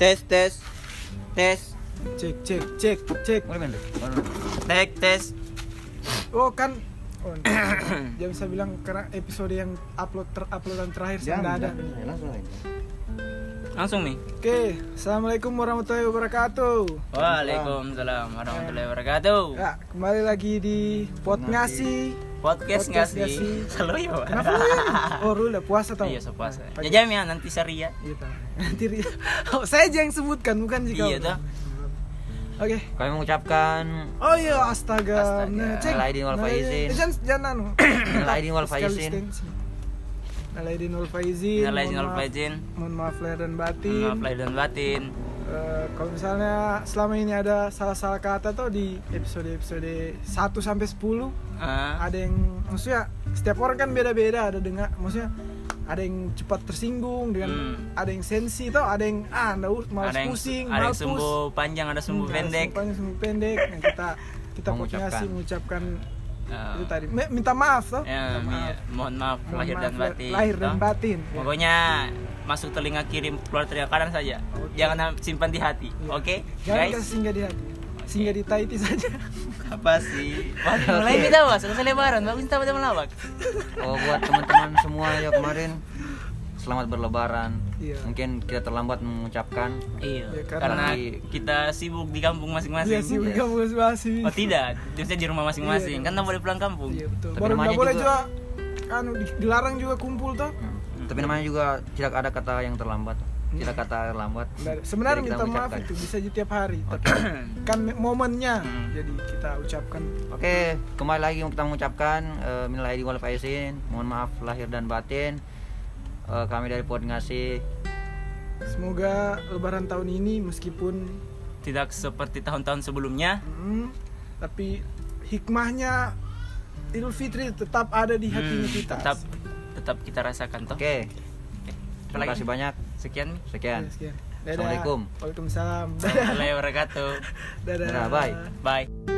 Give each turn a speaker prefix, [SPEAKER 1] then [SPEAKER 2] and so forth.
[SPEAKER 1] tes tes tes
[SPEAKER 2] Cek cek cek cek.
[SPEAKER 3] Mulai main deh.
[SPEAKER 1] tek tes
[SPEAKER 2] Oh kan. Oh, jangan bisa bilang karena episode yang upload ter uploadan terakhir sudah
[SPEAKER 3] Jangan,
[SPEAKER 2] ada.
[SPEAKER 3] jangan. Ya, langsung aja.
[SPEAKER 1] langsung nih
[SPEAKER 2] Oke, assalamualaikum warahmatullahi wabarakatuh.
[SPEAKER 1] Waalaikumsalam warahmatullahi wabarakatuh
[SPEAKER 2] Ya, kembali lagi di pot ngasi. Podcast
[SPEAKER 1] podcast nggak
[SPEAKER 2] nggak sih?
[SPEAKER 1] sih selalu ya Pak?
[SPEAKER 2] Kenapa lu ya? Oh, lu udah puasa tau?
[SPEAKER 1] iya sepuas
[SPEAKER 2] Pagi-
[SPEAKER 1] jajam ya nanti seria
[SPEAKER 2] Iya, tau. Nanti ri- oh, saya aja yang sebutkan, bukan jika.
[SPEAKER 1] iya tuh
[SPEAKER 2] Oke.
[SPEAKER 4] Kami mengucapkan
[SPEAKER 2] Oh iya, astaga.
[SPEAKER 1] Astaga.
[SPEAKER 2] Nah, cek.
[SPEAKER 4] Minal aidin wal
[SPEAKER 2] Nah,
[SPEAKER 4] faizin.
[SPEAKER 2] Jangan jangan anu.
[SPEAKER 4] minal aidin wal
[SPEAKER 2] Physical
[SPEAKER 4] faizin.
[SPEAKER 2] distancing. Minal aidin wal faizin.
[SPEAKER 1] minal aidin
[SPEAKER 2] mohon
[SPEAKER 1] wal
[SPEAKER 2] maaf-
[SPEAKER 1] faizin
[SPEAKER 2] Mohon maaf lahir dan batin.
[SPEAKER 1] minal aidin wal batin
[SPEAKER 2] Eh, kalau misalnya selama ini ada salah-salah kata tuh di episode-episode 1 sampai 10
[SPEAKER 1] Ah,
[SPEAKER 2] ada yang maksudnya setiap orang kan beda-beda ada dengar maksudnya ada yang cepat tersinggung dengan
[SPEAKER 1] Hmm.
[SPEAKER 2] ada yang sensi tau ada yang ah anda malas
[SPEAKER 1] ada yang
[SPEAKER 2] pusing
[SPEAKER 1] ada yang
[SPEAKER 2] malas pus.
[SPEAKER 1] sumbu panjang ada sumbu
[SPEAKER 2] Hmm, ada
[SPEAKER 1] pendek
[SPEAKER 2] sumbu panjang, sumbu pendek nah, kita kita
[SPEAKER 4] Mengucapkan.
[SPEAKER 2] potensi mengucapkan
[SPEAKER 1] Ah.
[SPEAKER 2] itu tadi Me- minta maaf tau Minta
[SPEAKER 1] Ya, iya.
[SPEAKER 2] maaf.
[SPEAKER 1] mohon maaf
[SPEAKER 2] Mohon
[SPEAKER 1] lahir dan
[SPEAKER 2] maaf, ya.
[SPEAKER 1] batin.
[SPEAKER 2] lahir dan
[SPEAKER 1] toh.
[SPEAKER 2] batin ya.
[SPEAKER 1] Pokoknya masuk telinga kiri keluar telinga kanan saja.
[SPEAKER 2] Oke.
[SPEAKER 1] Jangan ham- simpan di hati.
[SPEAKER 2] Iya.
[SPEAKER 1] Oke,
[SPEAKER 2] jangan
[SPEAKER 1] guys.
[SPEAKER 2] kasih singgah di hati singgah di taiti saja
[SPEAKER 1] Apa sih? Wah, mulai kita was, selesai lebaran, bagus kita pada melawak.
[SPEAKER 4] Oh buat teman-teman semua ya kemarin selamat berlebaran.
[SPEAKER 2] Iya.
[SPEAKER 4] Mungkin kita terlambat mengucapkan.
[SPEAKER 1] Iya,
[SPEAKER 2] Ya, karena-
[SPEAKER 1] karena
[SPEAKER 4] Tapi-
[SPEAKER 1] kita sibuk di kampung
[SPEAKER 2] iya sih
[SPEAKER 1] masing-masing.
[SPEAKER 2] Wika bagus banget sih.
[SPEAKER 1] ya. Oh tidak, biasanya di rumah masing-masing.
[SPEAKER 2] Iya.
[SPEAKER 1] Kan tak boleh pulang kampung.
[SPEAKER 2] Iya betul.
[SPEAKER 4] Tapi
[SPEAKER 2] Baru nggak
[SPEAKER 4] namanya
[SPEAKER 2] boleh juga,
[SPEAKER 4] juga-
[SPEAKER 2] anu di- dilarang juga kumpul toh.
[SPEAKER 4] Hmm. Tapi namanya juga tidak ada kata yang terlambat. Tidak kata terlambat.
[SPEAKER 2] Hmm. Nggak- Sebenarnya
[SPEAKER 4] Jadi kita
[SPEAKER 2] minta maaf
[SPEAKER 4] mengucapkan.
[SPEAKER 2] itu bisa jadi tiap hari, tapi kan me- momennya.
[SPEAKER 1] Hmm.
[SPEAKER 2] Jadi kita ucapkan
[SPEAKER 4] Oke, kembali lagi kita mengucapkan eh, minal aidin wal faizin. Mohon maaf lahir dan batin. Eh, kami dari Pod Ngasi.
[SPEAKER 2] semoga lebaran tahun ini meskipun
[SPEAKER 1] Tidak seperti tahun-tahun sebelumnya.
[SPEAKER 2] mm, tapi hikmahnya Idul Fitri tetap ada di hati
[SPEAKER 1] hmm,
[SPEAKER 2] kita.
[SPEAKER 1] tetap tetap kita rasakan toh. Apa
[SPEAKER 4] Oke.
[SPEAKER 1] lagi?
[SPEAKER 4] Terima kasih banyak.
[SPEAKER 1] Sekian.
[SPEAKER 4] Sekian.
[SPEAKER 2] Ya, sekian. Dadah.
[SPEAKER 4] Assalamualaikum.
[SPEAKER 2] Waalaikumsalam. Dadah.
[SPEAKER 1] Assalamualaikum warahmatullahi wabarakatuh.
[SPEAKER 2] Dadah.
[SPEAKER 4] Dadah, bye.
[SPEAKER 1] Bye.